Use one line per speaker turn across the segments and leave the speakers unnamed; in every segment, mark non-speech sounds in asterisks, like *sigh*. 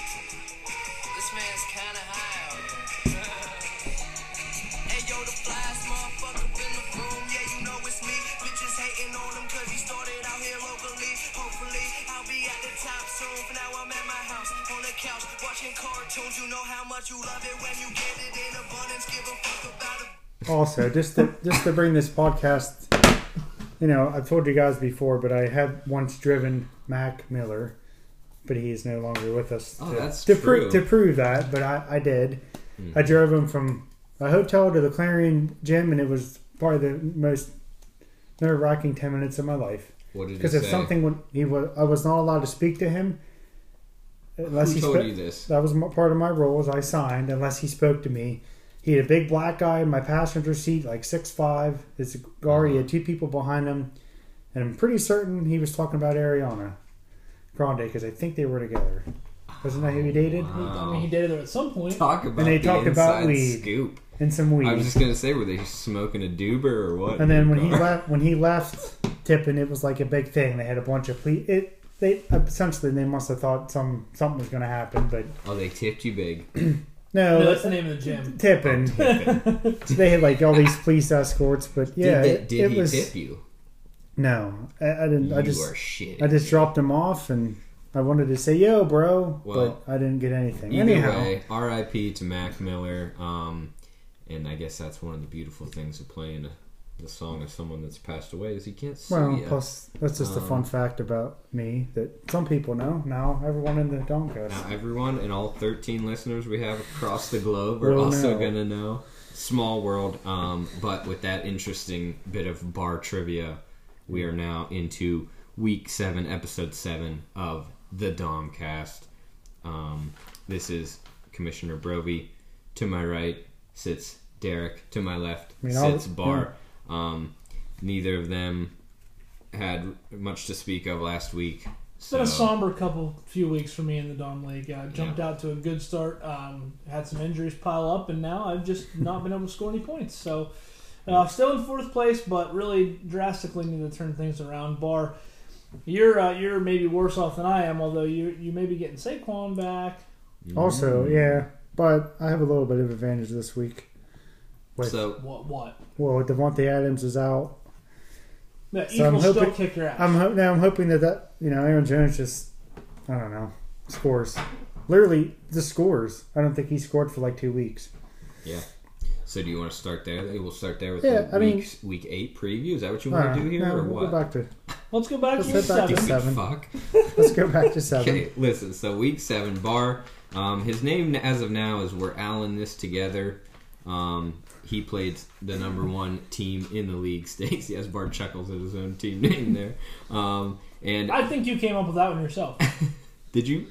This man's kinda high out here. hey yo, the flies, motherfucker in the room. Yeah, you know it's me. Bitches hating on him cause he started out here locally. Hopefully, I'll be at the top soon. For now, I'm at my house on the couch watching cartoons. You know how much you love it when you get it in abundance. Give a fuck about it.
also just to just to bring this podcast you know i've told you guys before but i had once driven mac miller but he is no longer with us
Oh,
to,
that's
to, pro-
true. Hmm.
to prove that but i, I did i drove him from a hotel to the clarion gym and it was probably the most nerve-wracking 10 minutes of my life
What did he
because if
say?
something would he was i was not allowed to speak to him unless
Who
he
told
spoke-
you this?
that was my, part of my rules. I signed unless he spoke to me. He had a big black guy in my passenger seat, like six five. It's a gar. He had
Uh-huh.
two people behind him, and I'm pretty certain he was talking about Ariana Grande because I think they were together. Wasn't that who he dated?
Oh,
I mean, he dated her at some point.
Talk about
they
the
talked about
inside
weed.
scoop.
And some weed.
I was just gonna say, were they smoking a doober or what?
and then when he
Car.
left, when he left Tippin, it was like a big thing. They had a bunch of ple- it. They essentially they must have thought some something was going to happen, but
oh, they tipped you big.
no.
No, that's the name of the gym.
Tippin. they had like all these police escorts, but yeah, it,
did they,
it
did he
was
tip you?
No, I, I didn't. I
you
just
are shit.
I just dropped him off, and I wanted to say yo, bro,
Well,
but I didn't get anything.
Either
Anyhow,
way, R.I.P. to Mac Miller. Um, and I guess that's one of the beautiful things of playing the song of someone that's passed away is he can't see
well,
ya.
plus that's just a
Um,
fun fact about me that some people know now. Everyone in the Doncast.
Now everyone and all 13 listeners we have across the globe are
Will
also
know.
gonna know. Small world. Um, but with that interesting bit of bar trivia, we are now into week seven, episode seven of the Domcast. Um, this is Commissioner Brovey. To my right sits Derek. To my left
mean, all-
sits Bar. Um, neither of them had much to speak of last week.
It's
So
been a somber couple few weeks for me in the Dom League. I jumped out to a good start, um, had some injuries pile up, and now I've just not been able to score any points. So, uh, still in fourth place, but really drastically need to turn things around. Bar, you're uh, you're maybe worse off than I am, although you you may be getting Saquon back.
Also, yeah, but I have a little bit of advantage this week. With,
so
What what?
well, Devontae Adams is out.
The
So I'm
Eagles still
hoping-
kick your ass.
I'm ho- now I'm hoping that that you know Aaron Jones just I don't know scores. Literally, just scores. I don't think he scored for like two weeks.
Yeah. So do you want to start there? We'll start there with
Yeah,
the
I mean-
week, week eight preview. Is that what you
All
want
right,
to do here,
no,
or
we'll go
what?
back to
Let's go back to
Let's head back to seven.
*laughs*
seven.
Fuck.
let's go back to seven.
*laughs* Okay, listen. So week seven, Bar. Um, his name as of now is we're all in this together. Um, he played the number one team in the league *laughs* stakes. Yes, Bar chuckles at his own team *laughs* name there. Um, and
I think you came up with that one
*laughs*
yourself.
did you?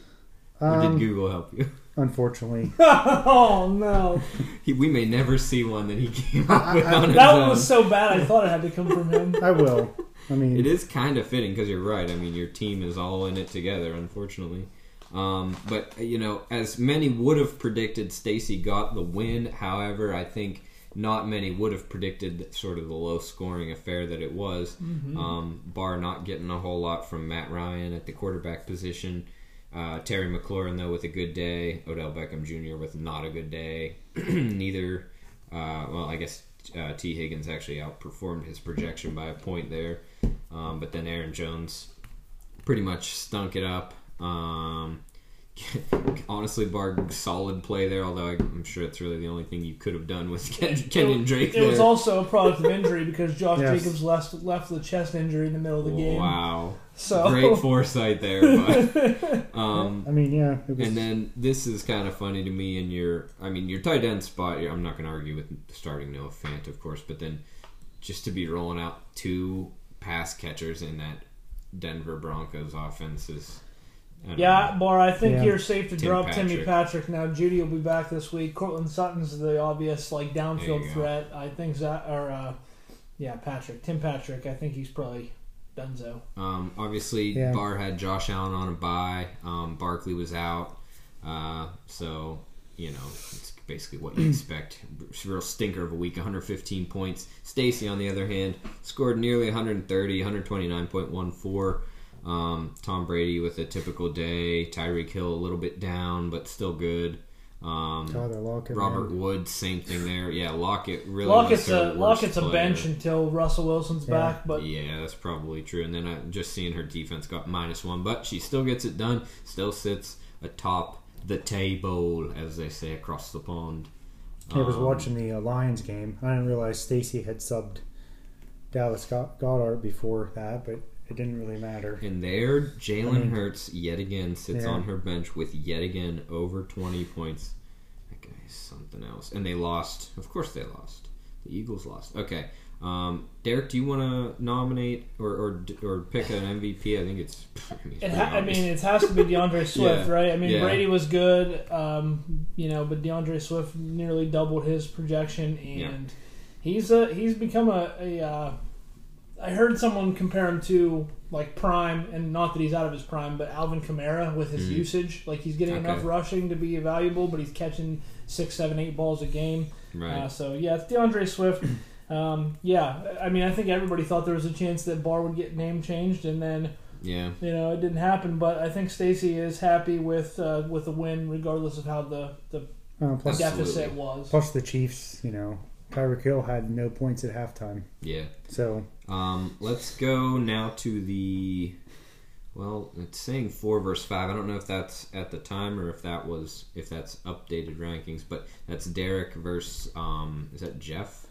Or
Um,
did Google help you? *laughs*
Unfortunately,
oh no,
He, we may never see one that he came up with
I-
on his
that
own.
one was so bad. I thought it had to come from
*laughs*
him.
I will. I mean,
It is kind of fitting because you're right. I mean, your team is all in it together, unfortunately. Um, but you know, as many would have predicted, Stacy got the win. However, I think not many would have predicted that sort of the low scoring affair that it was. Um, Barr not getting a whole lot from Matt Ryan at the quarterback position. Uh, Terry McLaurin though with a good day. Odell Beckham Jr. with not a good day. *clears throat* Neither. Uh, well, I guess uh, T. Higgins actually outperformed his projection by a point there. Um, but then Aaron Jones pretty much stunk it up. Um, *laughs* honestly, Barg, solid play there, although I- I'm sure it's really the only thing you could have done with *laughs* Ken, Kenyon Drake
It
there.
was also a product of injury because Josh
Yes.
Jacobs left left with a chest injury in the middle of the game.
Wow.
So-
Great foresight there,
*laughs*
but um,
I mean, yeah. It was,
and then this is kind of funny to me. In your, I mean, your tight end spot. I'm not going to argue with starting Noah Fant, of course, but then just to be rolling out two pass catchers in that Denver Broncos offense is. I don't
Yeah,
know.
Bar, I think
Yeah.
you're safe to
Tim
drop Timmy
Patrick.
Patrick now. Judy will be back this week. Cortland Sutton's the obvious like
There you
downfield
go.
threat. I think that or uh, yeah, Patrick, Tim Patrick. I think he's probably Dunzo.
Um, obviously,
Yeah.
Barr had Josh Allen on a bye. Um, Barkley was out. Uh, so, you know, it's basically what
*clears throat*
you expect. It's a real stinker of a week, 115 points. Stacy, on the other hand, scored nearly 130, 129.14. Um, Tom Brady with a typical day. Tyreek Hill a little bit down, but still good. Um,
Tyler Lockett.
Robert
man.
Woods, same thing there. Yeah, Lockett really. was
Lockett's
their
a
worst
Lockett's a
player.
bench until Russell Wilson's
Yeah.
back, but
yeah, that's probably true. And then I, just seeing her defense got minus one, but she still gets it done. Still sits atop the table, as they say across the pond.
I was
Um,
watching the uh, Lions game. I didn't realize Stacy had subbed Dallas Go- Goddard before that, but it didn't really matter.
And there, Jalen
I
Mm-hmm.
mean-
Hurts yet again sits
Yeah.
on her bench with yet again over 20 points. That guy is something else. And they lost. Of course they lost. The Eagles lost. Okay. Um, Derek, do you want to nominate or, or or pick an MVP? I think it's. *laughs* I mean, it's
It
pretty
ha- I
obvious.
mean, it has to be
*laughs*
DeAndre Swift,
Yeah.
right? I mean,
Yeah.
Brady was good, um, you know, but DeAndre Swift nearly doubled his projection, and
Yeah.
he's a he's become a. a uh, I heard someone compare him to like prime, and not that he's out of his prime, but Alvin Kamara with his
Mhm.
usage, like he's getting enough
Okay.
rushing to be valuable, but he's catching six, seven, eight balls a game.
right.
Uh, so yeah, it's DeAndre Swift. *clears throat* Um, yeah, I mean, I think everybody thought there was a chance that Barr would get name changed, and then
yeah.
you know it didn't happen. But I think Stacy is happy with uh, with the win, regardless of how the the
Uh, plus,
Absolutely.
deficit was.
plus the Chiefs, you know, Tyreek Hill had no points at halftime.
Yeah.
So
Um, let's go now to the. Well, it's saying four versus five. I don't know if that's at the time or if that was if that's updated rankings, but that's Derek versus um, is that Jeff?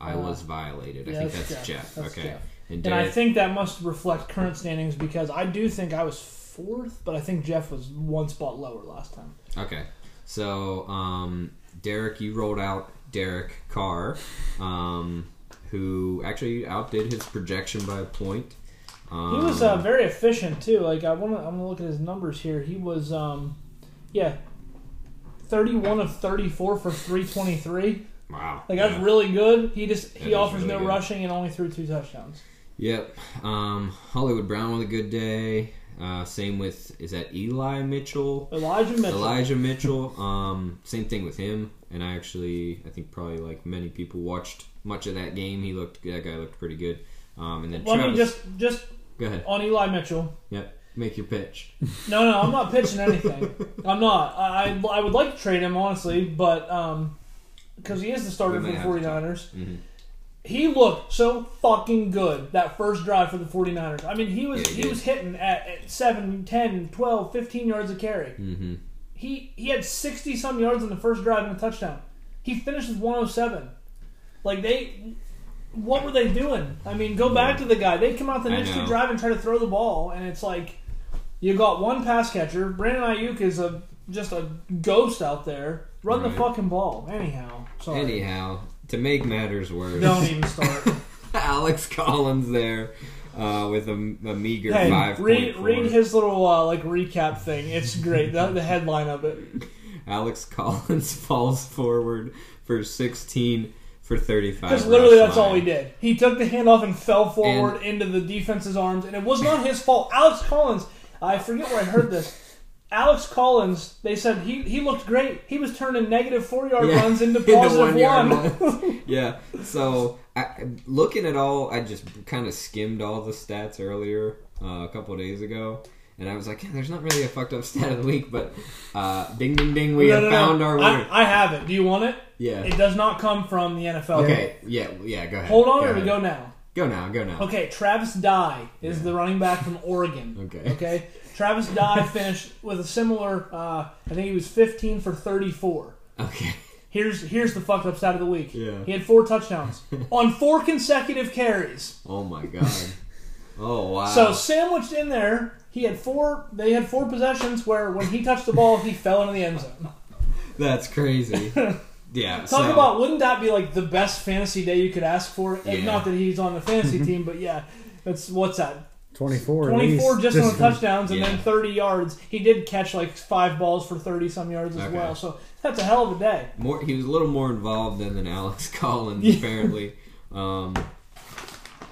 I
Uh,
was violated. I
yeah,
think
that's
that's Jeff.
Jeff. That's
okay,
Jeff.
and
And
Derek.
I think that must reflect current standings because I do think I was fourth, but I think Jeff was one spot lower last time.
okay, so um, Derek, you rolled out Derek Carr, um, who actually outdid his projection by a point. Um,
He was uh, very efficient too. Like I want to, I'm gonna look at his numbers here. He was, um, yeah, 31 of 34 for 323.
wow.
Like
yeah.
that's really good. He just
That
he
is
offers
really
no
good.
rushing and only threw two touchdowns.
Yep. Um, Hollywood Brown with a good day. Uh, same with is that Eli Mitchell,
Elijah Mitchell.
Elijah Mitchell. Um, same thing with him. And I actually, I think probably like many people watched much of that game. He looked that guy looked pretty good. Um, and then
Let me
Travis,
just just
go ahead.
on Eli Mitchell.
Yep, make your pitch.
No, no, I'm not pitching anything. I'm not. I, I I would like to trade him honestly, but um, because he is the starter
We
for
may
the
have to
49ers.
Mhm.
He looked so fucking good that first drive for the 49ers. I mean, he was
Yeah, he
he,
did.
was hitting at, at 7, 10, 12, 15 yards a carry.
Mm-hmm.
He he had 60 some yards on the first drive and a touchdown. He finished with 107. Like they what were they doing? I mean, go back to the guy. They come out the
I
next
know.
two drive and try to throw the ball and it's like you got one pass catcher. Brandon Ayuk is a just a ghost out there. Run the
Right.
fucking ball. Anyhow. Sorry.
Anyhow, to make matters worse,
Don't even start.
*laughs* Alex Collins there uh, with a, a meager
Hey,
five.
read, read his little uh, like recap thing. It's great. the, the headline of it.
Alex *laughs* Collins falls forward for 16 for 35.
Because literally,
rush
that's all he
line. *laughs*
did. He took the handoff and fell forward
And-
into the defense's arms, and it was not his fault. Alex Collins, I forget where I heard this. Alex Collins, they said he, he looked great. He was turning negative four yard
Yeah.
runs
*laughs*
into
Into
positive
one-yard
one. *laughs*
runs. yeah. So I, looking at all, I just kind of skimmed all the stats earlier uh, a couple days ago. And I was like, yeah, there's not really a fucked up stat of the week, but uh, ding, ding, ding, we
No,
have
no, no.
found our winner.
I, I have it. Do you want it?
yeah.
It does not come from the NFL.
okay. Yeah. Yeah. Go ahead.
Hold on, or we
ahead.
go now.
Go now. Go now.
Okay, Travis Dye is the running back from Oregon.
*laughs* Okay.
Okay.
*laughs*
Travis Dye finished with a similar. Uh, I think he was 15 for 34.
Okay. *laughs*
Here's here's the fucked up side of the week.
Yeah.
He had four
*laughs*
touchdowns on four consecutive carries.
Oh my
*laughs*
god. Oh wow.
So sandwiched in there, he had four. They had four possessions where when he touched the ball, he fell into the end zone.
That's
*laughs*
crazy. Yeah.
Talk
so,
about wouldn't that be like the best fantasy day you could ask for? And
Yeah.
Not that he's on the
*laughs*
fantasy team, but yeah. That's what's that?
24. at
Twenty-four
least.
just on the touchdowns and
Yeah.
then thirty yards. He did catch like five balls for thirty some yards as
Okay.
well. So that's a hell of a day.
more he was a little more involved than than Alex *laughs* Collins apparently. Um,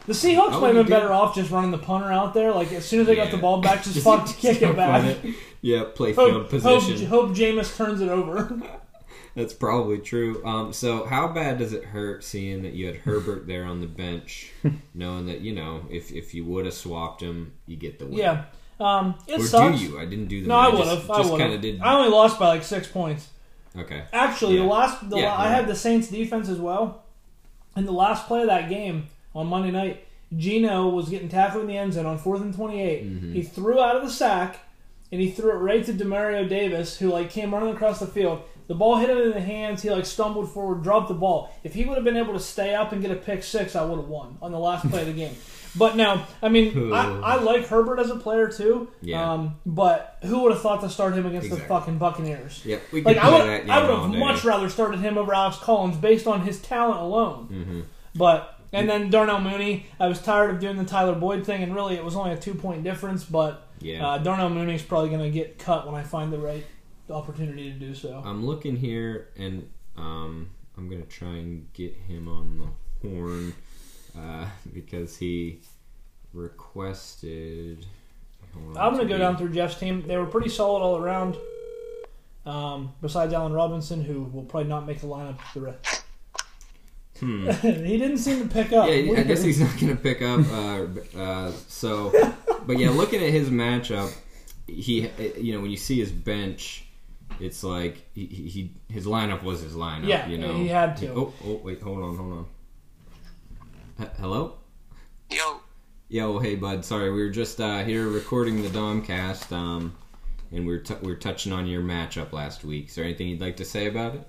The Seahawks
Oh,
might
you
have been
did-
better off just running the punter out there. Like as soon as they got
yeah.
the ball
*laughs*
back, just *laughs* fuck, kick it
jump on
back.
it. Yeah, play field
Hope, hope,
position.
hope Jameis turns it over. *laughs*
That's probably true. Um, so, how bad does it hurt seeing that you had Herbert there on the
*laughs*
bench, knowing that you know if if you would have swapped him, you get the win.
Yeah. Um, it
Or
sucks.
do you? I didn't do the.
No, I
math.
would have.
Just,
I
Just
would
kind of
have.
did.
I only lost by like six points.
Okay.
Actually,
Yeah.
the last, the
Yeah,
la- I
yeah.
had the Saints defense as well. In the last play of that game on Monday night, Gino was getting tackled in the end zone on fourth and 28
Mm-hmm.
He threw out of the sack, and he threw it right to Demario Davis, who like came running across the field. The ball hit him in the hands. He like stumbled forward, dropped the ball. If he would have been able to stay up and get a pick six, I would have won on the last
*laughs*
play of the game. But no, I mean, I, I like Herbert as a player too.
Yeah.
Um, but who would have thought to start him against the
Exactly.
fucking Buccaneers?
Yeah, we could
Like I
play
would,
that game
I would
all
have
day.
much rather started him over Alex Collins based on his talent alone.
Mm-hmm.
But and then Darnell Mooney, I was tired of doing the Tyler Boyd thing, and really it was only a two point difference. But
Yeah.
uh, Darnell Mooney's probably going to get cut when I find the right opportunity to do so.
I'm looking here, and um, I'm gonna try and get him on the horn uh, because he requested. hold on
I'm going
me.
to go down through Jeff's team. They were pretty solid all around. Um, besides Allen Robinson, who will probably not make the lineup the rest.
Hmm.
*laughs* he didn't seem to pick up.
Yeah, I
Weird.
guess he's not going to pick up. Uh, uh, so, but yeah, looking at his matchup, he, uh, you know, when you see his bench, it's like he, he his lineup was his lineup.
Yeah,
you know,
he had to.
Oh, oh, wait, hold on, hold on. H- Hello.
Yo,
Yo, hey, bud. Sorry, we were just uh, here recording the Domcast, um, and we were t- we were touching on your matchup last week. Is there anything you'd like to say about it?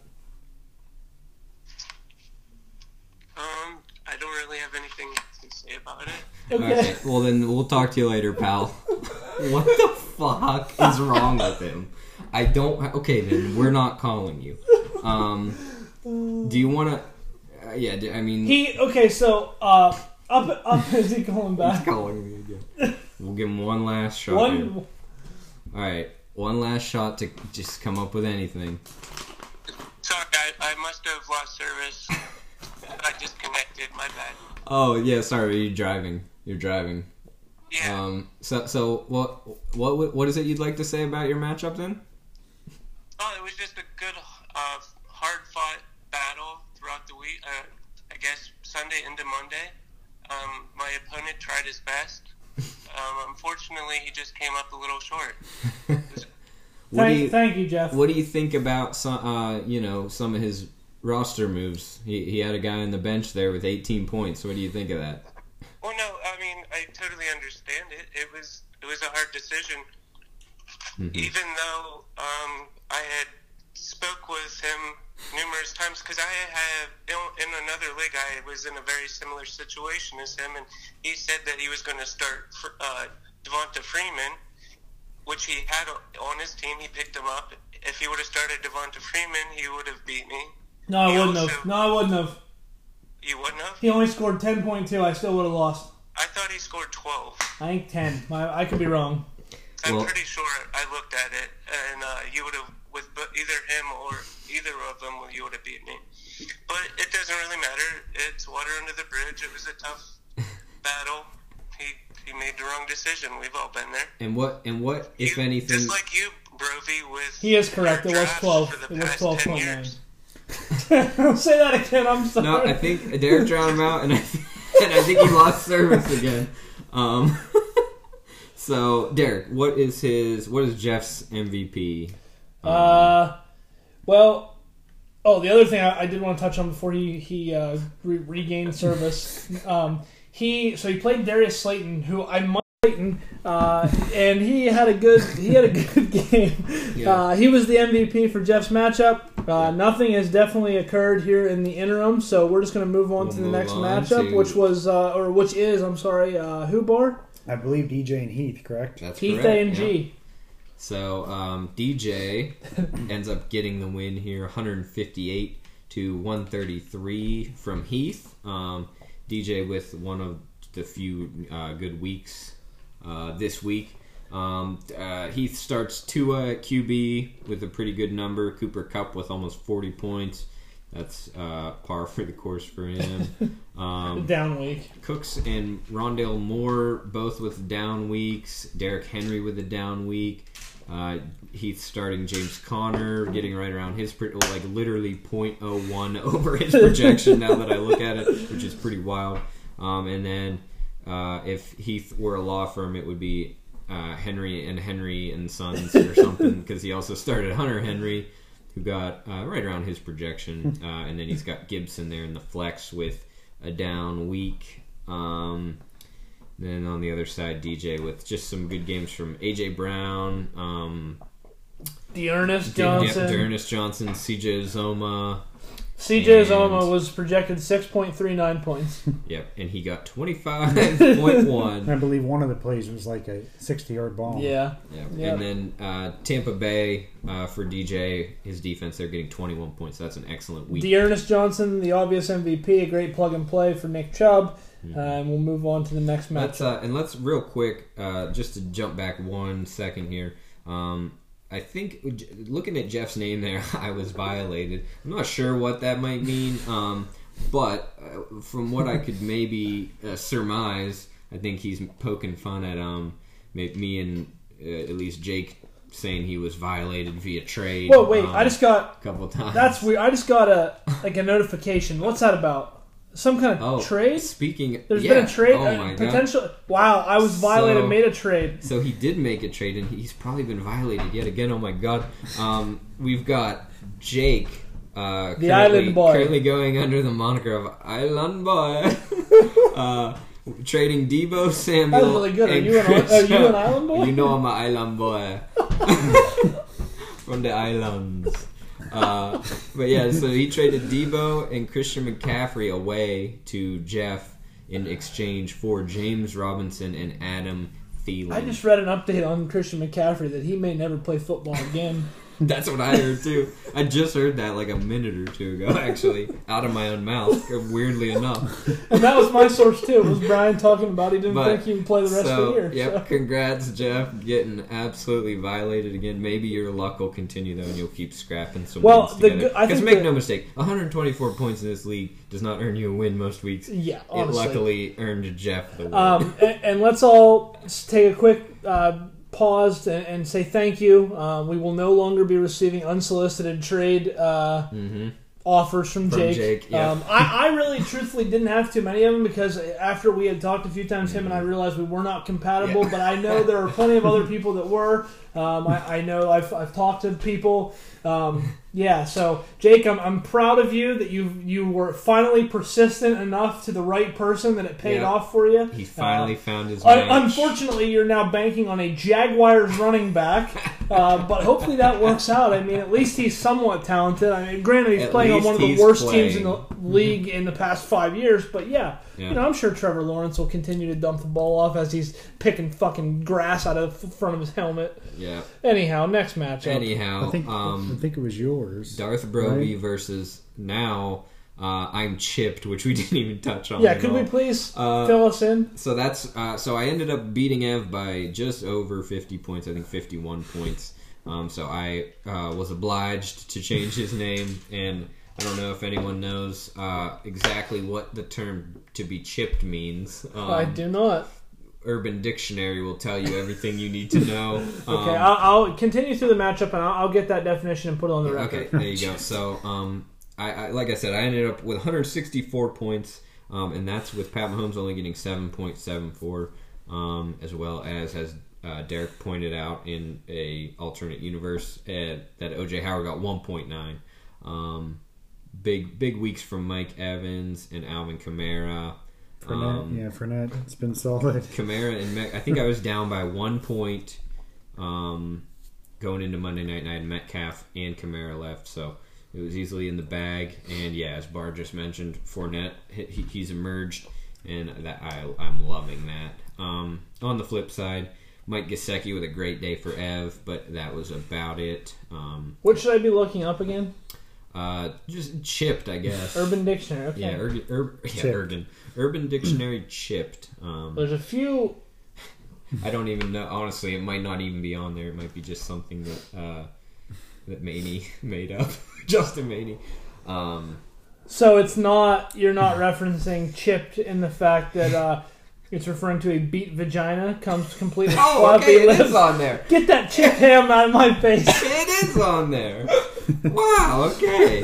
um, I don't really have anything to say about it.
*laughs* Okay.
Well, then we'll talk to you later,
*laughs*
pal. what the fuck is wrong with him? I don't. Okay, then we're not calling you. Um, do you want to? Uh, yeah, d- I mean,
He okay. So uh, up up *laughs* is he going
he's
back?
*laughs* calling me again. We'll give him one last shot. here.
One
All right, one last shot to just come up with anything.
Sorry, I, I must have lost service. I disconnected. My bad.
Oh yeah, sorry, you're driving. You're driving.
Yeah.
Um, so so what what what is it you'd like to say about your matchup then?
Oh, it was just a good, uh, hard-fought battle throughout the week. Uh, I guess Sunday into Monday. Um, my opponent tried his best. Um, unfortunately, he just came up a little short.
What do
Thank,
you-
thank you, Jeff.
What do you think about some, uh, you know, some of his roster moves? He, he had a guy on the bench there with 18 points. What do you think of that?
Well, no, I mean I totally understand it. It was it was a hard decision. Even though um, I had spoke with him numerous times because I have in, in another league I was in a very similar situation as him, and he said that he was going to start Fr- uh, Devonta Freeman, which he had o- on his team. He picked him up. If he would have started Devonta Freeman, he would have beat me.
No, I
He
wouldn't
also-
have. No, I wouldn't have.
You wouldn't have.
He only scored ten point two. I still would have lost.
I thought he scored twelve.
I think ten. I, I could be wrong. *laughs*
I'm
Well-
pretty sure I looked at it, and uh, you would have with bo- either him or either of them, you would have beat me. But it doesn't really matter. It's water under the bridge. It was a tough
*laughs*
battle. He he made the wrong decision. We've all been there.
And what and what if
You-
anything?
just like you, Brovey, with
He is correct. It was
drafts
twelve.
for the
It was
past
twelve
10
point nine.
years.
Say that again. I'm sorry.
No, I think Derek drowned him out, and I *laughs* and I think he lost service again. Um, *laughs* so Derek, what is his? What is Jeff's MVP?
Uh, well, oh, the other thing I, I did want to touch on before he he uh, re- regained service. *laughs* Um, he so he played Darius Slayton, who I might Slayton, uh, and he had a good he had a *laughs* good game.
Yeah.
Uh, he was the MVP for Jeff's matchup. Uh, nothing has definitely occurred here in the interim, so we're just going to move on
We'll
to the
move
next
on
matchup,
to-
which was uh, or which is I'm sorry, uh, who bar
I believe DJ and Heath, correct?
That's
Keith
correct,
A and
yeah.
G.
So um, DJ ends up getting the win here, 158 to 133 from Heath. Um, DJ with one of the few uh, good weeks uh, this week. Um, uh, Heath starts Tua at QB with a pretty good number. Cooper Cup with almost 40 points. That's uh, par for the course for him. Um,
Down week.
Cooks and Rondale Moore both with down weeks. Derrick Henry with a down week. Uh, Heath starting James Connor, getting right around his pre- like literally 0.01 *laughs* over his projection. now that I look at it, which is pretty wild. Um, and then uh, if Heath were a law firm, it would be uh, Henry and Henry and Sons or something, because he also started Hunter Henry, who got uh, right around his projection. Uh, and then he's got Gibson there in the flex with a down week. Um, then on the other side, DJ with just some good games from AJ Brown, um,
Dearness
D- yeah,
Johnson.
Dearness Johnson, CJ Zoma.
CJ
And-
Zoma was projected
*laughs*
6.39 points.
Yep, and he got twenty five point
And
one.
I believe one of the plays was like a 60 yard bomb.
yeah.
Yep.
Yep.
And then uh, Tampa Bay uh, for DJ, his defense, they're getting twenty one points. That's an excellent week.
Dearness Johnson, the obvious MVP, a great plug and play for Nick Chubb. Uh, and we'll move on to the next match.
Let's uh, and let's real quick, uh, just to jump back one second here. Um, I think looking at Jeff's name there, *laughs* I was violated. I'm not sure what that might mean, um, but uh, from what I could maybe uh, surmise, I think he's poking fun at um, ma- me and uh, at least Jake saying he was violated via trade.
Whoa, wait!
um,
I just got
a couple times.
that's weird. I just got a like a notification. What's that about? Some kind of
oh,
trade?
Speaking,
There's
yeah.
been a trade.
Oh
a
my god.
potential. Wow! I was violated.
So-
made a trade.
So he did make a trade, and he's probably been violated yet again. Oh my god! Um, we've got Jake, uh, currently-
island boy.
currently going under the moniker of Island
*laughs*
Boy, uh, trading Debo Samuel.
That was really good. Are
and
you an-
Chris
are you an
Jones.
island boy?
You know I'm an Island
*laughs*
Boy from the islands. Uh, but yeah, so he traded Debo and Christian McCaffrey away to Jeff in exchange for James Robinson and Adam Thielen.
I just read an update on Christian McCaffrey that he may never play football again.
That's what I heard too. I just heard that like a minute or two ago, actually, out of my own mouth. Weirdly
*laughs*
enough,
and that was my source too. Was Brian talking about he didn't
But-
think he would play the rest
so
of the year?
yep.
so.
Congrats, Jeff, getting absolutely violated again. Maybe your luck will continue though, and you'll keep scrapping some
Well,
wins
the
together.
good- I
Because
think
make
the-
no mistake, 124 points in this league does not earn you a win most weeks.
Yeah,
It
honestly.
luckily earned Jeff the win.
Um, and, and let's all s- take a quick uh, pause and, and say thank you. Uh, we will no longer be receiving unsolicited trade uh, offers from,
Mm-hmm. From
Jake.
Jake, yeah.
um, I, I really, truthfully, didn't have too many of them because after we had talked a few times, him and I realized we were not compatible.
Mm-hmm. Yeah.
But I know there are plenty of other
*laughs*
people that were. Um, I, I know I've, I've talked to people. Um, yeah, so Jake, I'm, I'm proud of you that you you were finally persistent enough to the right person that it paid
Yeah.
off for you.
he finally
Uh,
found his.
un-
match.
unfortunately, you're now banking on a Jaguars running back, uh, but hopefully that works out. I mean, at least he's somewhat talented. I mean, granted, he's
At
playing on
least
one of the
he's
worst
playing. Mm-hmm.
teams in the league in the past five years, but yeah,
Yeah.
you know, I'm sure Trevor Lawrence will continue to dump the ball off as he's picking fucking grass out of the front of his helmet.
yeah.
Anyhow, next matchup.
Anyhow,
I think
um,
I think it was yours.
Darth Brody versus now uh, I'm chipped, which we *laughs* didn't even touch on.
yeah,
at
could we
all.
please
Uh,
fill us in?
So that's uh, so I ended up beating Ev by just over 50 points. I think 51 points. Um, so I uh, was obliged to change his name, and I don't know if anyone knows uh, exactly what the term "to be chipped" means. Um,
I do not.
Urban Dictionary will tell you everything you need to know.
*laughs* Okay,
Um,
I'll, I'll continue through the matchup and I'll, I'll get that definition and put it on the record.
Okay, there you go. So, um, I, I like I said, I ended up with 164 points, um, and that's with Pat Mahomes only getting 7.74, um, as well as as uh, Derek pointed out in a alternate universe uh that OJ Howard got 1.9. Um, big big weeks from Mike Evans and Alvin Kamara.
Fournette,
Um,
yeah, Fournette. It's been solid.
Kamara and Met, I think I was down by one point um, going into Monday night, and I had Metcalf and Kamara left, so it was easily in the bag. And yeah, as Barr just mentioned, Fournette he, he- he's emerged, and that I I'm loving that. Um, on the flip side, Mike Gesicki with a great day for Ev, but that was about it. Um,
What should I be looking up again?
uh, just chipped, I guess.
Urban Dictionary. Okay.
yeah, Urban, Ur- yeah,
Chipped.
Urban, Urban Dictionary chipped. Um,
There's a few.
I don't even know. Honestly, it might not even be on there. It might be just something that uh, that Maney *laughs* made up. Justin Maney. Um, *laughs*
So it's not. You're not referencing chipped in the fact that uh, It's referring to a beat vagina. Comes
*laughs*
completely
Oh,
floppy
okay, it
lips.
is on there.
Get that chip ham out of my face.
*laughs* It is on there.
*laughs*
Wow, okay.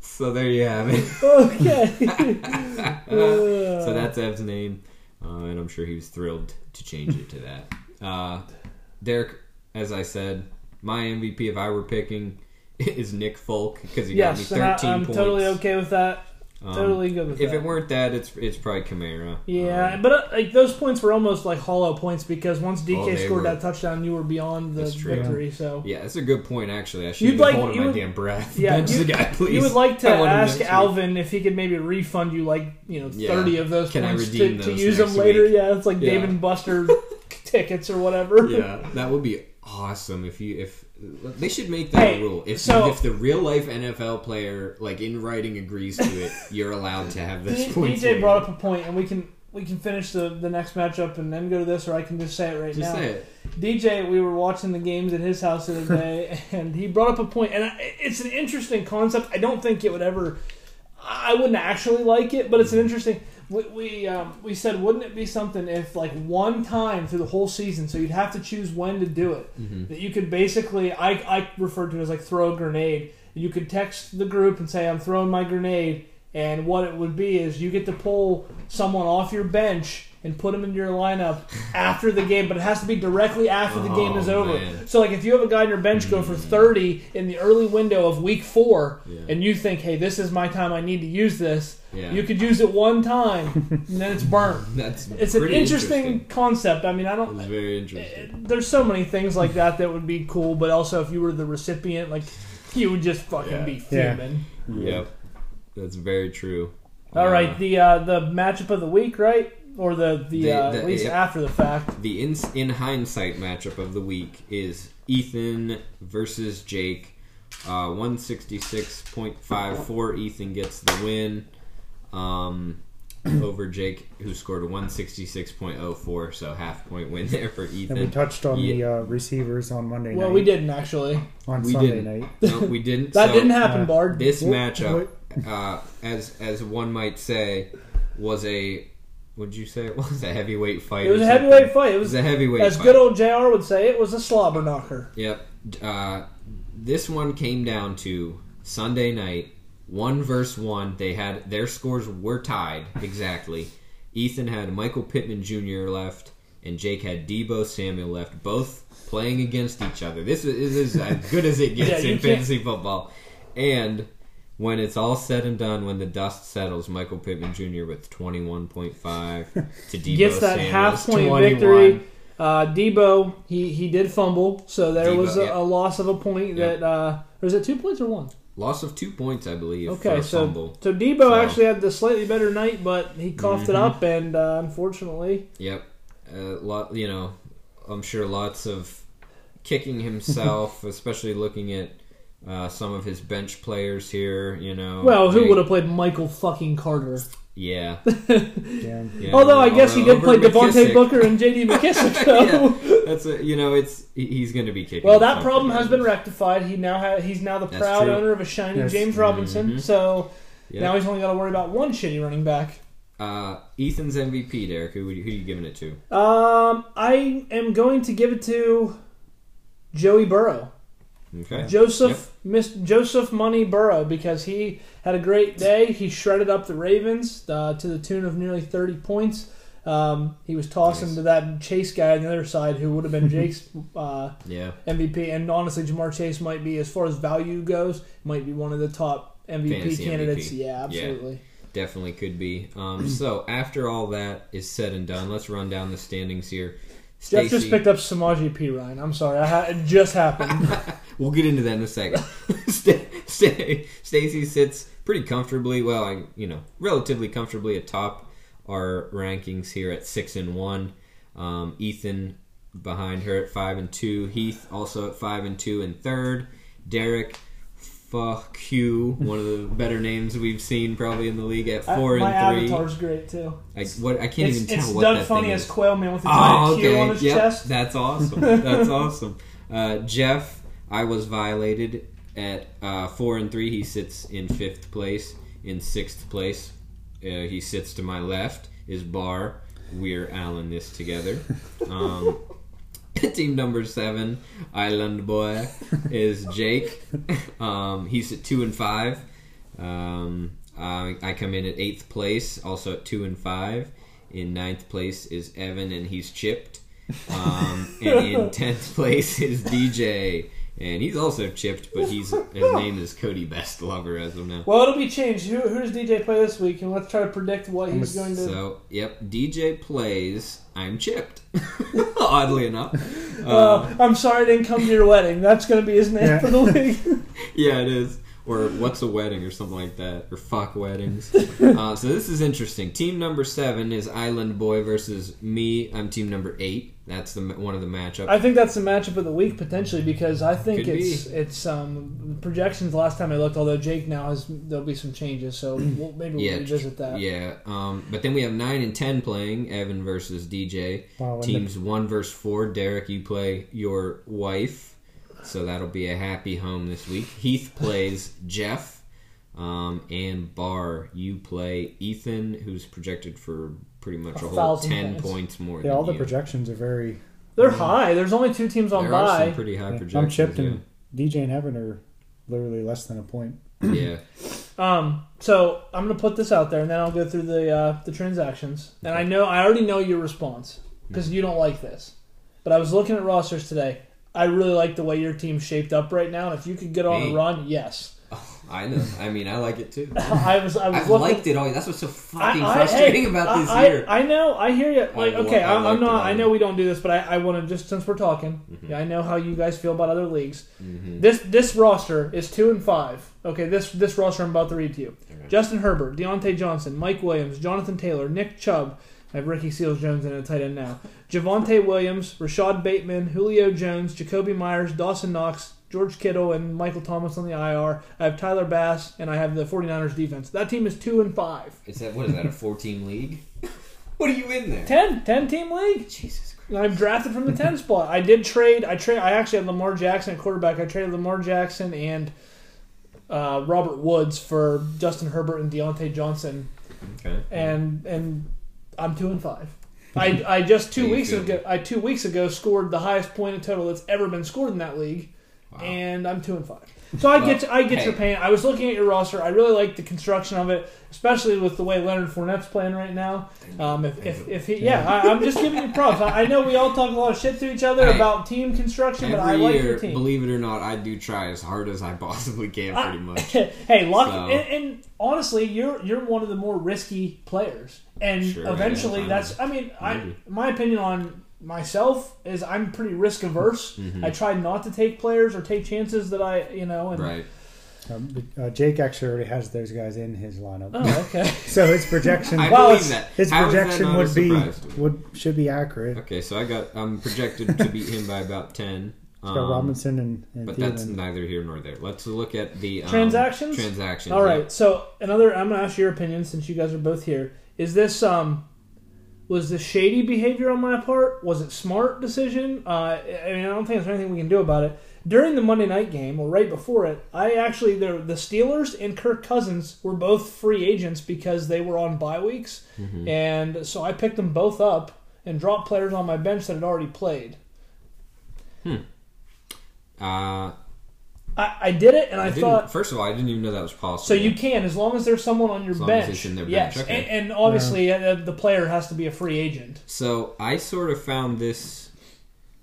So there you have
*laughs*
it. *laughs*
Okay.
So that's Ev's name, uh, and I'm sure he was thrilled to change it to that. Uh, Derek, as I said, my MVP if I were picking *laughs* is Nick Folk because he
yes,
got me
and I,
13
I'm
points.
totally okay with that.
Um,
totally good with
If
that.
it weren't that, it's it's probably Camara.
Yeah,
Um,
but uh, like those points were almost like hollow points because once
Oh,
DK
they
scored
were.
that touchdown, you were beyond the
That's true.
victory. So
yeah, that's a good point. Actually, I should
You'd
be
like-
holding
you
my
would-
damn breath. *laughs*
yeah,
Bench
you-
the guy, please.
you would like to
*laughs* I want him
ask
next week.
Alvin if he could maybe refund you like you know
Yeah.
thirty of those
Can I
points to,
redeem
to
those
use them
next
later.
week?
Yeah, it's like
Yeah.
Dave
*laughs*
and Buster tickets or whatever.
Yeah, that would be awesome if you if they should make that
Hey,
a rule. If
so-
if the real life NFL player like in writing agrees to it, *laughs* you're allowed to have this
D-
point.
DJ brought up a point, and we can we can finish the the next matchup and then go to this, or I can just say it right
Just
now.
say it.
DJ, we were watching the games at his house the
*laughs*
other day, and he brought up a point, and I- it's an interesting concept. I don't think it would ever. I wouldn't actually like it, but it's an interesting. We we, um, we said, wouldn't it be something if like one time through the whole season, so you'd have to choose when to do it.
Mm-hmm.
That you could basically, I I referred to it as like throw a grenade. You could text the group and say, I'm throwing my grenade. And what it would be is you get to pull someone off your bench and put them into your lineup after the game, but it has to be directly after the game is
Oh,
over.
man.
So, like, if you have a guy on your bench go for 30 in the early window of week four,
Mm. Yeah.
and you think, hey, this is my time, I need to use this,
Yeah.
you could use it
*laughs*
one time, and then it's burnt.
That's
It's an
pretty
interesting, concept. I mean, I don't.
It's very interesting.
There's so many things like that that would be cool, but also if you were the recipient, like, you would just fucking
Yeah.
be
Yeah.
fuming.
Yep, that's very true.
All
Uh,
right, the uh, the matchup of the week, right? Or the the,
The-
uh,
the-
at least
yep.
after the fact.
The in, in hindsight matchup of the week is Ethan versus Jake. Uh, 166.54. Ethan gets the win um, *clears throat* over Jake, who scored a 166.04, so half point win there for
And we
Ethan.
touched on the
Yeah.
uh, receivers on Monday
Well,
night.
we didn't actually.
on
We
Sunday
didn't.
night.
No, we didn't.
uh, *laughs* That
So
didn't happen,
uh,
Bard.
This
Wh-
matchup, uh, as as one might say, was a what did you say it was a heavyweight fight.
it was
or
a
something.
heavyweight fight. It
It was
was,
a heavyweight.
as
fight.
good old Jr. would say, it was a slobber knocker.
Yep. D- Uh, this one came down to Sunday night, one verse one. They had their scores were tied exactly. Ethan had Michael Pittman Jr. left, and Jake had Debo Samuel left, both playing against each other. This is, this is as good
*laughs*
as it gets
you
in
can't-
fantasy football. And when it's all said and done, when the dust settles, Michael Pittman Jr. with twenty one point
*laughs*
five to Debo
Gets that
Samuel's
half point
21.
victory. Uh, Debo, he he did fumble, so there
Debo,
was a,
yeah.
a loss of a point.
Yeah.
That uh, or is it two points or one?
Loss of two points, I believe. for
Okay,
a
so
fumble.
so Debo
So- Mm-hmm.
actually had the slightly better night, but he coughed it up, and uh, unfortunately,
Yep. Uh, lot, you know, I'm sure lots of kicking
*laughs*
himself, especially looking at uh, some of his bench players here. You know,
well, who
Jake-
would have played Michael fucking Carter? *laughs*
Yeah.
Yeah.
yeah.
Although I guess he did
Although
play
over
Devontae
McKissick- *laughs*
Booker and J.D. McKissick. though.
That's a, you know, it's he- he's going to be kicking.
*laughs* Well, that
himself
problem has been
regardless.
rectified. He now ha- he's now the
That's
proud
true. Mm-hmm.
owner of a shiny
Yes.
James Robinson. So
Yep.
now he's only got to worry about one shitty running back.
Uh, Ethan's MVP, Derek. Who would you, who you giving it to?
Um, I am going to give it to Joey Burrow,
Okay.
Joseph Miss Joseph Money Burrow, because he had a great day. He shredded up the Ravens uh, to the tune of nearly thirty points. Um, he was tossing
Nice.
to that Chase guy on the other side, who would have
*laughs*
been Jake's uh,
Yeah.
MVP. And honestly, Jamar Chase might be, as far as value goes, might be one of the top MVP
Fantasy
candidates.
MVP.
Yeah,
Yeah.
absolutely.
Definitely could be. Um, so after all that is said and done, let's run down the standings here.
Jeff just
Stacey-
picked up Samaji P. Ryan. I'm sorry, I ha- it just happened.
We'll get into that in a second. *laughs* Sta- Sta- Stacy sits pretty comfortably, well, I, you know, relatively comfortably atop our rankings here at six and one. Um, Ethan behind her at five and two. Heath also at five and two and third. Derek, fuck you, one of the better names we've seen probably in the league at
I-
*laughs* four
my
and three.
avatar's great too.
I, what I can't
It's,
even
it's
tell what
Doug
that
Funny
thing is.
as Quail Man with a giant
Oh,
Q on
okay.
his
Yep.
chest.
That's awesome.
*laughs*
That's awesome. Uh, Jeff, I was violated at uh, four and three. He sits in fifth place. In sixth place, uh, he sits to my left is Barr. Weir Allen this together. Um, *laughs* team number seven, Island Boy, is Jake. Um, he's at two and five. Um, I, I come in at eighth place, also at two and five. In ninth place is Evan, and he's chipped. Um, and in tenth place is DJ, and he's also chipped, but he's his name is Cody Best Lover as of now.
Well, it'll be changed. Who, who does DJ play this week? And let's try to predict what he's going to.
So, yep, DJ plays. I'm chipped. *laughs* Oddly enough,
Uh, I'm sorry I didn't come to your wedding. That's going to be his name
Yeah.
for the league.
yeah, it is. Or what's a wedding or something like that. Or fuck weddings. uh, so this is interesting. Team number seven is Island Boy versus me. I'm team number eight. That's the ma- one of the matchups.
I think that's the matchup of the week potentially because I think
Could
it's it's um, projections. Last time I looked, although Jake now has there'll be some changes, so we'll, maybe
Mm.
we'll
yeah,
revisit that.
yeah. Um, but then we have nine and ten playing Evan versus DJ.
Wow, and
Teams one versus four. Derek, you play your wife, so that'll be a happy home this week.
*laughs*
Heath plays Jeff, um, and Barr, you play Ethan, who's projected for pretty much a,
A
whole
thousand
ten
points.
points more.
Yeah,
than
all the
you.
projections are very.
They're high. There's only two teams on
There are some
by.
pretty high
I'm
projections.
chipped, and DJ and Evan are literally less than a point.
yeah. yeah.
Um, so I'm gonna put this out there, and then I'll go through the uh, the transactions. And I know I already know your response because you don't like this. But I was looking at rosters today. I really like the way your team's shaped up right now. And if you could get on
Me?
a run, yes,
I know. I mean, I like it
*laughs*
too.
I was. I was
I've
looking,
liked it all. That's what's so fucking
I- I-
frustrating
hey,
about
I-
this
I,
year.
I, know, I hear you. Like,
I lo-
okay,
I
I am
liked it
not.
all.
I know we don't do this, but I, I want to just since we're talking.
Mm-hmm.
yeah, I know how you guys feel about other leagues. This this roster is two and five. Okay, this this roster I'm about to read to you: Justin Herbert, Deontay Johnson, Mike Williams, Jonathan Taylor, Nick Chubb. I have Ricky Seals Jones in a tight end now. Javante Williams, Rashad Bateman, Julio Jones, Jacoby Myers, Dawson Knox, George Kittle, and Michael Thomas on the IR. I have Tyler Bass, and I have the 49ers defense. That team is two and five.
Is that what is that a four team league? *laughs* what are you in there?
10, 10 team league.
Jesus Christ!
I'm drafted from the
*laughs*
10 spot. I did trade. I trade. I actually had Lamar Jackson at quarterback. I traded Lamar Jackson and uh, Robert Woods for Justin Herbert and Deontay Johnson,
Okay.
and and I'm two
*laughs*
and five. I, I just two
How you
weeks
feeling?
ago I two weeks ago scored the highest point in total that's ever been scored in that league, and I'm two and five. So I get
Well,
I get
hey.
your pain. I was looking at your roster. I really like the construction of it, especially with the way Leonard Fournette's playing right now. Um, if, if, if he, yeah, I, I'm just giving you props. I, I know we all talk a lot of shit to each other
Hey.
about team construction, but I
Every
like
year,
your team.
believe it or not, I do try as hard as I possibly can, pretty much.
*laughs* hey, luck,
So-
and, and honestly, you're you're one of the more risky players, and
Sure,
eventually,
yeah,
that's. I mean, I
Maybe.
my opinion on myself is I'm pretty risk averse.
Mm-hmm.
I try not to take players or take chances that I, you know, and
Right.
Um, uh, Jake actually already has those guys in his lineup,
oh, okay.
*laughs*
*laughs*
so his projection,
I
Well,
believe
it's-
that.
his
How is that
projection
not a
would be
surprise to me?
would should be accurate.
Okay, so I got I'm projected to beat him by about
*laughs*
ten.
He's got
uh,
Um,
Robinson and, and
but that's
Thielen.
neither here nor there. Let's look at the um,
Transactions?
Transactions.
All
yeah.
right. So another, I'm gonna ask your opinion since you guys are both here. Is this um, was this shady behavior on my part? Was it smart decision? Uh, I I mean, I don't think there's anything we can do about it. During the Monday night game, or right before it, I actually the the Steelers and Kirk Cousins were both free agents because they were on bye weeks, and so I picked them both up and dropped players on my bench that had already played.
Uh,
I, I did it, and I,
I didn't.
thought
first of all, I didn't even know that was possible.
So you can, as long as there's someone on your
long as
bench.
it's in their
yes,
bench, okay.
and, and obviously uh, the player has to be a free agent.
So I sort of found this.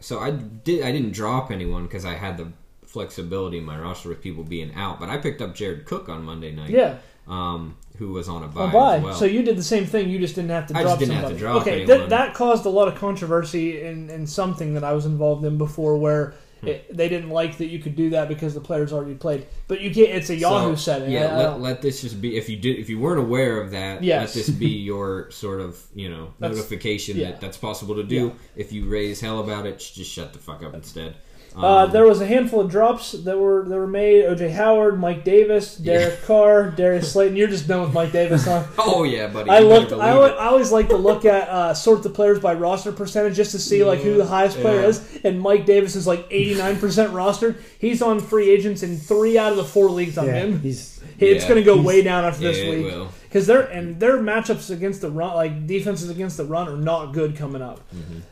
So I did. I didn't drop anyone because I had the flexibility in my roster with people being out. But I picked up Jared Cook on Monday night.
Yeah,
Um, who was on a bye,
well, bye.
as well.
So you did the same thing. You just didn't have to
I
drop
just didn't have
somebody.
to drop
okay,
anyone.
that that caused a lot of controversy in, in something that I was involved in before, where
Hmm.
it, they didn't like that you could do that because the players already played. But you can't. It's a Yahoo
So,
setting.
Yeah,
I- I
let,
don't-
let this just be. If you did, if you weren't aware of that,
Yes.
let this be *laughs* your sort of you know
That's-
notification
yeah.
that that's possible to do.
Yeah.
If you raise hell about it, sh- just shut the fuck up instead. Um,
uh, there was a handful of drops that were that were made. OJ Howard, Mike Davis, Derek Carr, Darius Slayton. You're just done with Mike Davis, huh?
oh yeah, buddy.
I
you better
looked. I,
believe
always,
it.
I always like to look at uh, sort the players by roster percentage just to see like who the highest player
Yeah.
is. And Mike Davis is like eighty nine percent rostered. He's on free agents in three out of the four leagues I'm
yeah,
in.
he's
It's
Yeah.
going to go way down after
Yeah,
this
it
week
will.
because their and their matchups against the run, like defenses against the run, are not good coming up.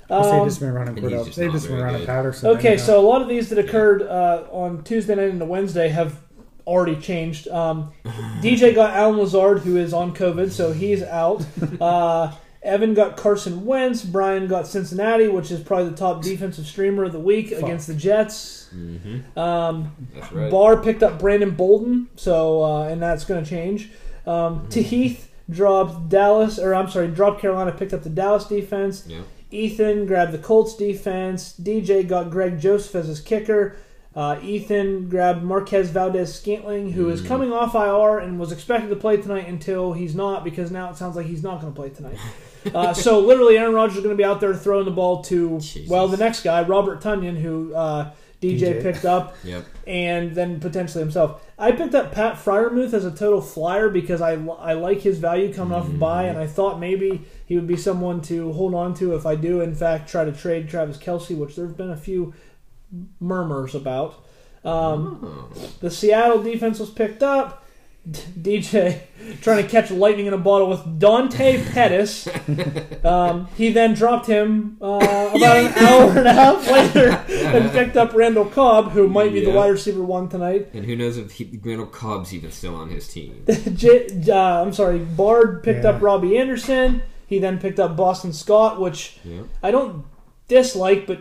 Plus,
Um,
they've just been running
and he's
Cordell.
just
They've
not
just been
very
running
good.
Patterson.
Okay,
you know.
so a lot of these that occurred uh, on Tuesday night into Wednesday have already changed. Um, DJ got Alan Lazard, who is on COVID, so he's out. Uh, Evan got Carson Wentz. Brian got Cincinnati, which is probably the top defensive streamer of the week against the Jets. Um,
That's right.
Barr picked up Brandon Bolden, so uh, and that's going to change. Um,
Mm-hmm.
Tahith dropped Dallas, or I'm sorry, dropped Carolina, picked up the Dallas defense.
yeah.
Ethan grabbed the Colts defense. DJ got Greg Joseph as his kicker. Uh, Ethan grabbed Marquez Valdez Scantling, who
Mm.
is coming off IR and was expected to play tonight until he's not, because now it sounds like he's not going to play
*laughs*
tonight. Uh, so literally, Aaron Rodgers is going to be out there throwing the ball to
Jesus.
well the next guy, Robert Tunyon, who uh, DJ
DJ.
picked
*laughs*
up
Yep.
and then potentially himself. I picked up Pat Fryermuth as a total flyer because I, I like his value coming off of buy, and I thought maybe he would be someone to hold on to if I do, in fact, try to trade Travis Kelsey, which there have been a few murmurs about. Um, The Seattle defense was picked up. *laughs* DJ trying to catch lightning in a bottle with Dante Pettis. Um, he then dropped him uh, about an hour and a half later and picked up Randall Cobb, who might be the
Yeah.
wide receiver one tonight.
And who knows if he, Randall Cobb's even still on his team?
J- uh, I'm sorry, Bard picked up
Yeah.
Robbie Anderson. He then picked up Boston Scott, which
Yep.
I don't dislike, but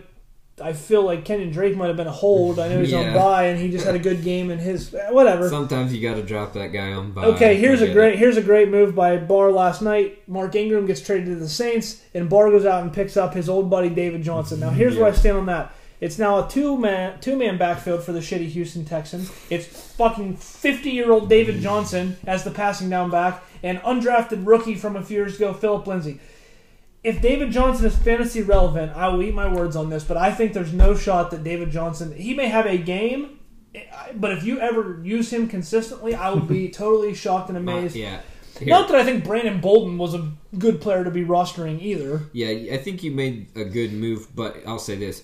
I feel like Kenyon Drake might have been a hold. I know he's on
Yeah.
bye, and he just had a good game, and his whatever.
Sometimes you got to drop that guy on by.
Okay, here's
I
a
get
great
it.
here's a great move by Barr last night. Mark Ingram gets traded to the Saints, and Barr goes out and picks up his old buddy David Johnson. Now here's where I
Yeah.
stand on that. It's now a two man two man backfield for the shitty Houston Texans. It's fucking fifty year old David Johnson as the passing down back, and undrafted rookie from a few years ago, Philip Lindsay. If David Johnson is fantasy relevant, I will eat my words on this, but I think there's no shot that David Johnson he may have a game, I- but if you ever use him consistently, I
*laughs*
would be totally shocked and
My-
amazed.
yeah. Here.
Not that I think Brandon Bolden was a good player to be rostering
*laughs*
either.
Yeah, I think you made a good move, but I'll say this.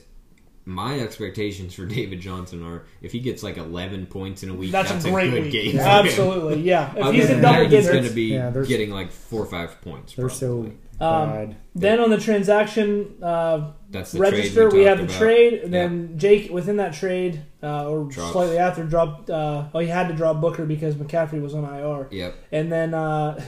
My expectations for *laughs* David Johnson are if he gets like 11 points in a week,
That's,
that's,
a great
good
week.
game. *laughs* for him.
Absolutely, yeah. If
Other
he's a
than
double
that, he's going
digits,
to be
Yeah, there's-
getting like four or five points.
they're
Probably.
so
Um,
bad.
then on the transaction uh,
that's the
register,
Trade
we, have the
talked about.
trade, and then Jake within that trade, uh, or
Drops.
slightly after, dropped. Uh, well, he had to drop Booker because McCaffrey was on IR,
Yep.
and then uh, *laughs*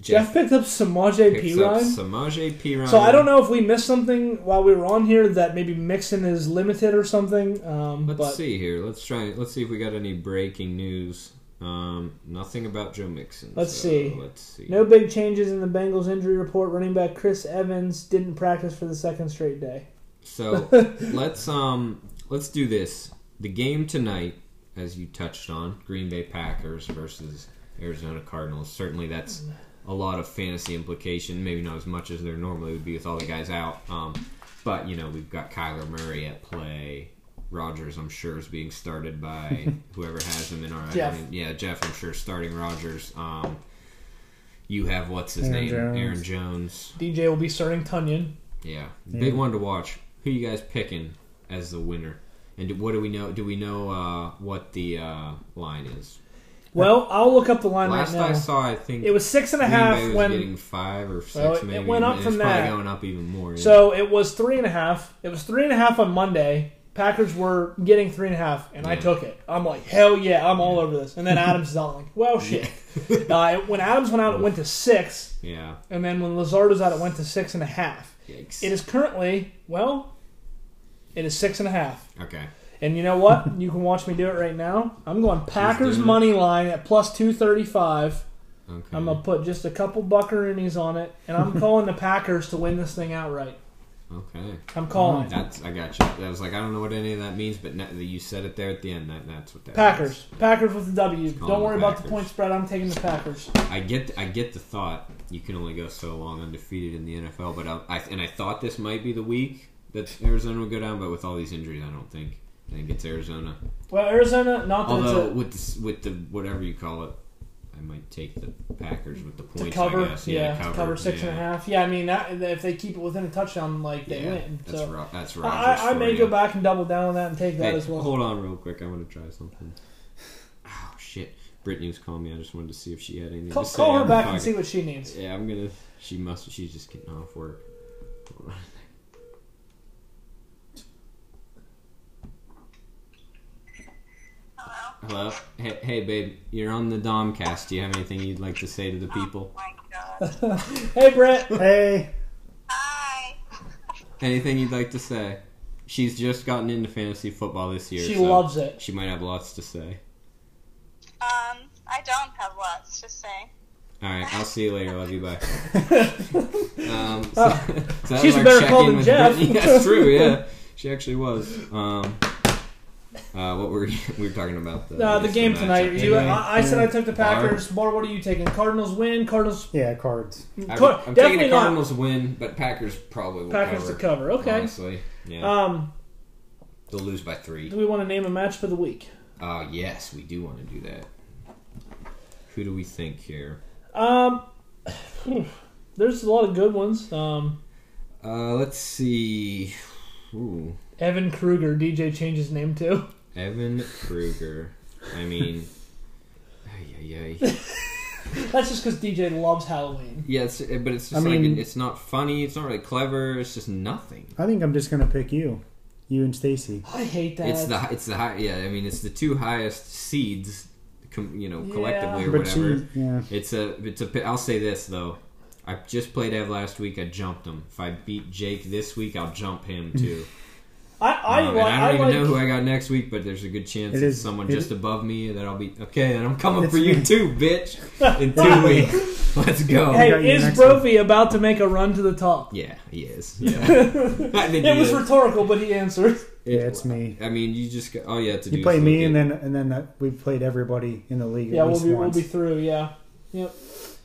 Jeff
Jeff,
picked up Samaje
picks up
Perine.
Samaje Perine.
So I don't know if we missed something while we were on here that maybe Mixon is limited or something. Um,
Let's
but
see here. Let's try. Let's see if we got any breaking news. Um, nothing about Joe Mixon.
Let's
so
see.
Let's see.
No big changes in the Bengals injury report. Running back Chris Evans didn't practice for the second straight day.
So let's um let's do this. The game tonight, as you touched on, Green Bay Packers versus Arizona Cardinals. Certainly, that's a lot of fantasy implication. Maybe not as much as there normally would be with all the guys out. Um, but you know we've got Kyler Murray at play. Rogers, I'm sure, is being started by whoever has him in our
Jeff.
yeah Jeff. I'm sure starting Rogers. Um, you have what's his
Aaron
name?
Jones.
Aaron Jones.
DJ will be starting Tunyon.
Yeah. Big one to watch. Who you guys picking as the winner? And do- what do we know? Do we know uh, what the uh, line is?
Well, I'll look up the line
Last
right
I
now.
saw, I think
It was six and a
Green Bay
half
was
when
getting five or six,
Well, it- it
maybe.
went up
and
from
it's probably
that.
going up even more. yeah.
so it was three and a half. It was three and a half on Monday. Packers were getting three and a half, and I
Yeah.
took it. I'm like, hell yeah, I'm all over this. And then Adams is out like, well, shit. *laughs* uh, when Adams went out, it went to six,
yeah,
and then when Lazard was out, it went to six and a half.
yikes.
It is currently well, it is six and a half.
okay.
And you know
*laughs*
what? you can watch me do it right now. I'm going Packers
doing it.
money line at plus 235.
Okay.
I'm going to put just a couple buckaroonies on it, and
*laughs*
I'm calling the Packers to win this thing outright.
okay.
I'm calling it.
That's I got you. I was like, I don't know what any of that means, but na- you said it there at the end. That, that's what that
Packers. Packers with the W.
calling
Don't
the
worry about the
Packers.
point spread. I'm taking the Packers.
I get I get the thought you can only go so long undefeated in the NFL, but I, I and I thought this might be the week that Arizona would go down, but with all these injuries, I don't think I think it's Arizona.
Well, Arizona, not that
Although
it's a.
with this, with the whatever you call it, I might take the Packers with the
To
points.
cover,
I guess.
yeah,
Yeah,
to cover six and a half. yeah. I mean, that, if they keep it within a touchdown, like they
Yeah,
win.
that's
so
ro- that's
I,
Rodgers
I- I
for
may
you.
go back and double down on that and take that
Hey,
as well.
Hold on, real quick. I want to try something. *sighs* Oh shit! Brittany was calling me. I just wanted to see if she had anything
Call,
to say.
call
on
her
the
back and
podcast.
see what she needs.
Yeah, I'm gonna. She must. She's just getting off work. Hold on.
Hello?
Hello. Hey, hey, babe. You're on the Domcast. Do you have anything you'd like to say to the people?
Oh my god.
Hey, Brett.
Hey,
Hi.
Anything you'd like to say? She's just gotten into fantasy football this year.
She
so
loves it.
She might have lots to say.
Um, I don't have lots to say.
All right. I'll see you later. Love you.
*laughs*
Bye. Um, so,
Ah,
*laughs* so that was
she's
our
better
check-in
called than
with
Jeff.
Brittany.
*laughs*
That's true. Yeah, she actually was. Um, uh, what were *laughs* you, we were talking about? The,
Uh, the game tonight.
matchup.
You, uh,
Anyway,
I, I said I took the Packers. Bar, what are you taking? Cardinals win. Cardinals.
yeah, cards.
I'm,
Car-
I'm taking
definitely
the
not.
Cardinals win, but Packers probably will
Packers
cover.
to cover. Okay.
Honestly, yeah,
Um,
they'll lose by
do
three.
we want to name a match for the week?
Oh yes, we do want to do that. Who do we think here?
Um, there's a lot of good ones. Um,
Uh, let's see. Ooh,
Evan Kruger. DJ changed his name too.
Evan Kruger. I mean, ay, ay, ay.
*laughs* That's just because DJ loves Halloween.
Yeah, it's, uh, but it's just
I mean-
like it's not funny. It's not really clever. It's just nothing.
I think I'm just gonna pick you, you and Stacy.
I hate that.
it's the it's the high. Yeah, I mean it's the two highest seeds, com, you know, collectively
Yeah.
or
But
whatever.
she, yeah,
It's a it's a. pi- I'll say this though. I just played Ev last week. I jumped him. If I beat Jake this week, I'll jump him too.
I, I,
Um,
like,
and I don't
I
even
like,
know who I got next week, but there's a good chance
It
it's
is-
someone
it-
just above me that I'll be okay. Then I'm coming
It's
for you
me.
too,
*laughs*
bitch. In two weeks, let's go.
I got you
Hey, is
next
Brophy about to make a run to the top?
Yeah,
*laughs*
he is. Yeah, I think
It
he
was
is.
rhetorical, but he answered.
yeah, it's me.
I mean, you just go, all you have to do.
You play
is
me, and
look
then and then that, we've played everybody in the league.
Yeah,
at
we'll
least
be
once.
we'll be through. Yeah, yep.
at-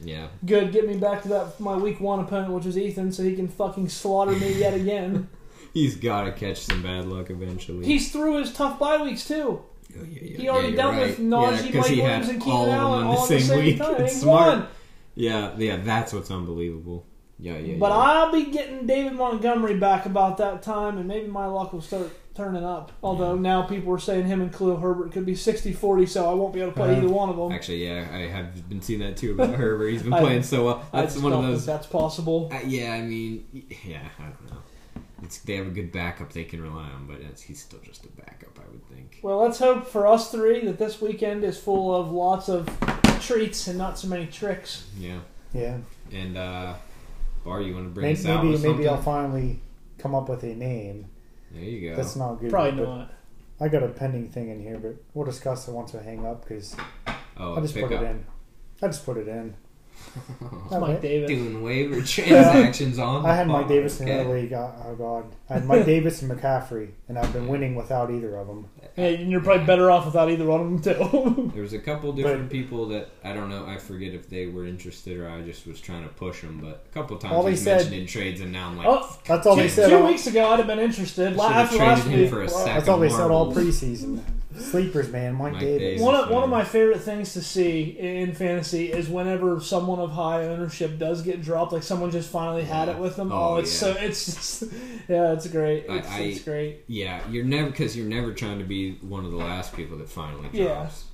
yeah,
Good. Get me back to that my week one opponent, which was Ethan, so he can fucking slaughter me
*laughs*
yet again.
he's got to catch some bad luck eventually.
He's through his tough bye weeks
Oh,
too.
yeah, yeah,
He
yeah,
already
you're
dealt
right.
with Najee,
Yeah, 'cause
Mike
he had
Williams, and Keenan
all of them
Allen
on
all
the
at the
same,
same
week. *laughs*
time.
It's
He
smart.
won.
Yeah, yeah, that's what's unbelievable. Yeah, yeah.
But
yeah.
I'll be getting David Montgomery back about that time, and maybe my luck will start turning up. Although now people are saying him and Khalil Herbert could be 60-40, so I won't be able to play
Uh,
either one of them.
Actually, yeah, I have been seeing
*laughs*
that too about Herbert. He's been
I-
playing so well.
I
That's
just
one of
don't think
those.
That's possible.
Uh, yeah, I mean, yeah, I don't know. It's, they have a good backup they can rely on, but it's, he's still just a backup, I would think.
Well, let's hope for us three that this weekend is full of lots of treats and not so many tricks.
Yeah,
Yeah,
and uh, Bar, you want to bring
maybe
us out
maybe,
with
maybe
something?
I'll finally come up with a name.
there you go.
That's not good. but
Probably not.
I got a pending thing in here, but we'll discuss it once I hang up because
oh,
I just
pick
put it
up.
in. I just put it in.
It's Mike Davis.
*laughs*
doing waiver transactions on.
I had Mike
the
Davis
phone.
in the
Okay.
league. Oh, oh god, I had
*laughs*
Mike Davis and McCaffrey, and I've been winning without either of them.
Hey, and you're probably better off without either one of them too.
There was a couple different people that I don't know. I forget if they were interested or I just was trying to push them. But a couple times
All
he's
he said-
mentioned in trades, and now I'm like,
Oh,
That's all they
James.
said.
*laughs* Two
all-
weeks ago, I'd have been interested.
should
La-
have
After last
traded him
week,
for a
well,
sack
That's all
of
they said all
marbles.
preseason. Sleepers, man. Mike,
Mike
Davis.
Davis.
One of,
Yeah.
one of my favorite things to see in fantasy is whenever someone of high ownership does get dropped, like someone just finally had it with them.
Oh,
Oh, it's
yeah.
so it's just, *laughs* yeah, it's great.
I-
It's,
I-
it's great.
yeah, you're never because you're never trying to be one of the last people that finally
Yeah.
drops.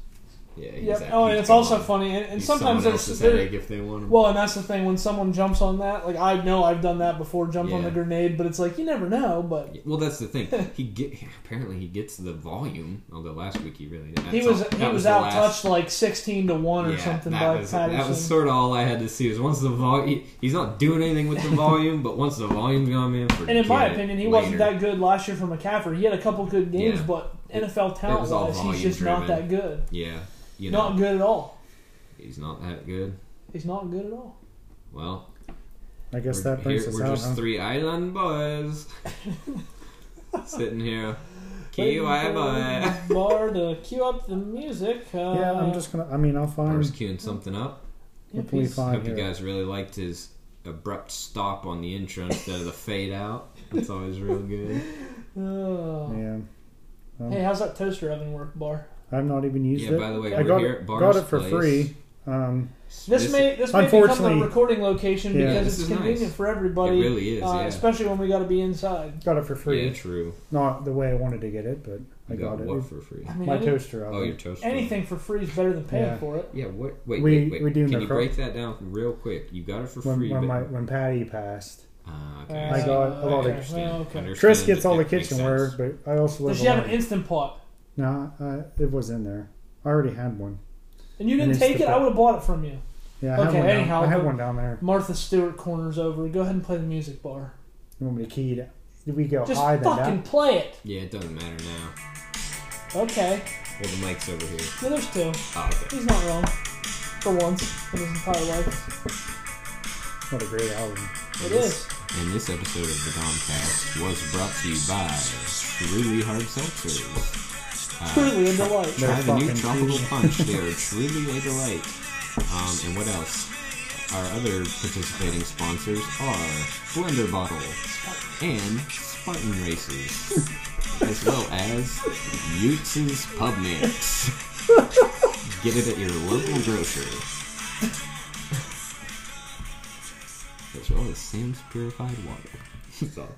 Yeah. he's
Yep.
at-
Oh, and
he's
it's also
gone.
funny, and, and
He's
sometimes
someone
there's,
else's
there-
headache if they want him.
well, and that's the thing when someone jumps on that. Like I know I've done that before, jumped on
Yeah.
the grenade, but it's like you never know. But
Yeah, Well, that's the
*laughs*
thing. He get apparently he gets the volume. Although last week he really didn't.
he
That's
was
all-
he
that
was
the
out
last-
touched like sixteen to one or
Yeah,
something
that
by
was,
Patterson.
That was sort of all I had to see was once the volume. He's not doing anything with
*laughs*
the volume, but once the volume's gone, man.
And in my
forget it.
opinion, he
Later.
wasn't that good last year for McCaffrey. He had a couple good games,
Yeah.
but NFL
it
talent
was all
wise, he's
volume
just not
driven.
that good.
Yeah, you know,
Not good at all.
he's not that good.
He's not good at all.
Well,
I guess
we're,
that brings
here,
us
we're
out.
just
huh?
three
*laughs*
island boys sitting here.
Waiting
KY boy.
for Bar to cue up the music. Uh,
yeah, I'm just gonna. I mean, I'll find.
Bar's queuing something up.
yeah,
hopefully
peace.
find
Hope you
Um, here.
guys really liked his abrupt stop on the intro instead of the fade out. That's always real good.
Uh,
Yeah,
Hey, how's that toaster oven work, Bar?
I've not even used
Yeah,
it.
by the way,
I
we're
got
here
it-
at
got
Bar's
it for
place.
free. Um,
This,
This-
may this may become the
Unfortunately-
recording location
Yeah.
because
This
it's
is nice.
convenient for everybody.
It really is,
uh,
yeah.
especially when we got to be inside.
got it for free.
Yeah, true.
Not the way I wanted to get it, but I
You got,
got, it.
what for free?
I mean,
My
any-
toaster oven.
Oh, your toaster.
anything for free is better than paying
Yeah.
for it.
Yeah. What? Wait.
We-
wait, wait.
we do
Can
necro-
you break that down real quick? You got it for
when,
free.
when,
but,
my, when Patty passed,
Ah, okay.
Uh,
I got a lot of-
okay.
Understand.
Well, okay.
Understand.
Chris gets all
Yeah,
the
makes sense.
kitchenware, but I also live
Does she have an
alone.
instant pot?
No, uh, it was in there. I already had one.
And you
An
didn't take it.
Instant
I
Pot.
would have bought it from you.
Yeah, I had
Okay,
one.
anyhow,
down, I had
but-
one down there.
Martha Stewart corners over. Go ahead and play the music bar.
You want me to key it? Did we go
Just
high than
fucking
that?
play it.
Yeah, it doesn't matter now.
Okay.
Well, the mic's over here.
Yeah, there's two.
Oh, okay.
He's not wrong. For once in his entire life.
What a great album.
It
Yes.
is.
And this episode of the Domcast was brought to you by Truly Hard Seltzers.
Truly a delight.
They're
Try the new
fucking
tropical
truly-
punch.
*laughs*
They are truly a delight. Um, and what else? Our other participating sponsors are Blender Bottle and Spartan
*laughs*
Races, as well as Utes' Pub Mix. Get it at your local grocery. As well as Sam's Purified Water. *laughs*